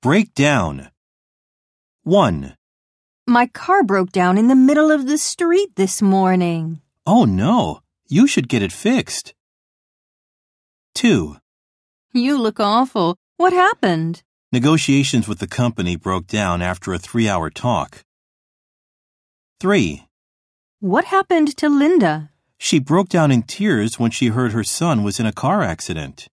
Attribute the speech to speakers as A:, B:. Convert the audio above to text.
A: Break down. 1.
B: My car broke down in the middle of the street this morning.
A: Oh no, you should get it fixed. 2.
B: You look awful. What happened?
A: Negotiations with the company broke down after a three hour talk. 3.
B: What happened to Linda?
A: She broke down in tears when she heard her son was in a car accident.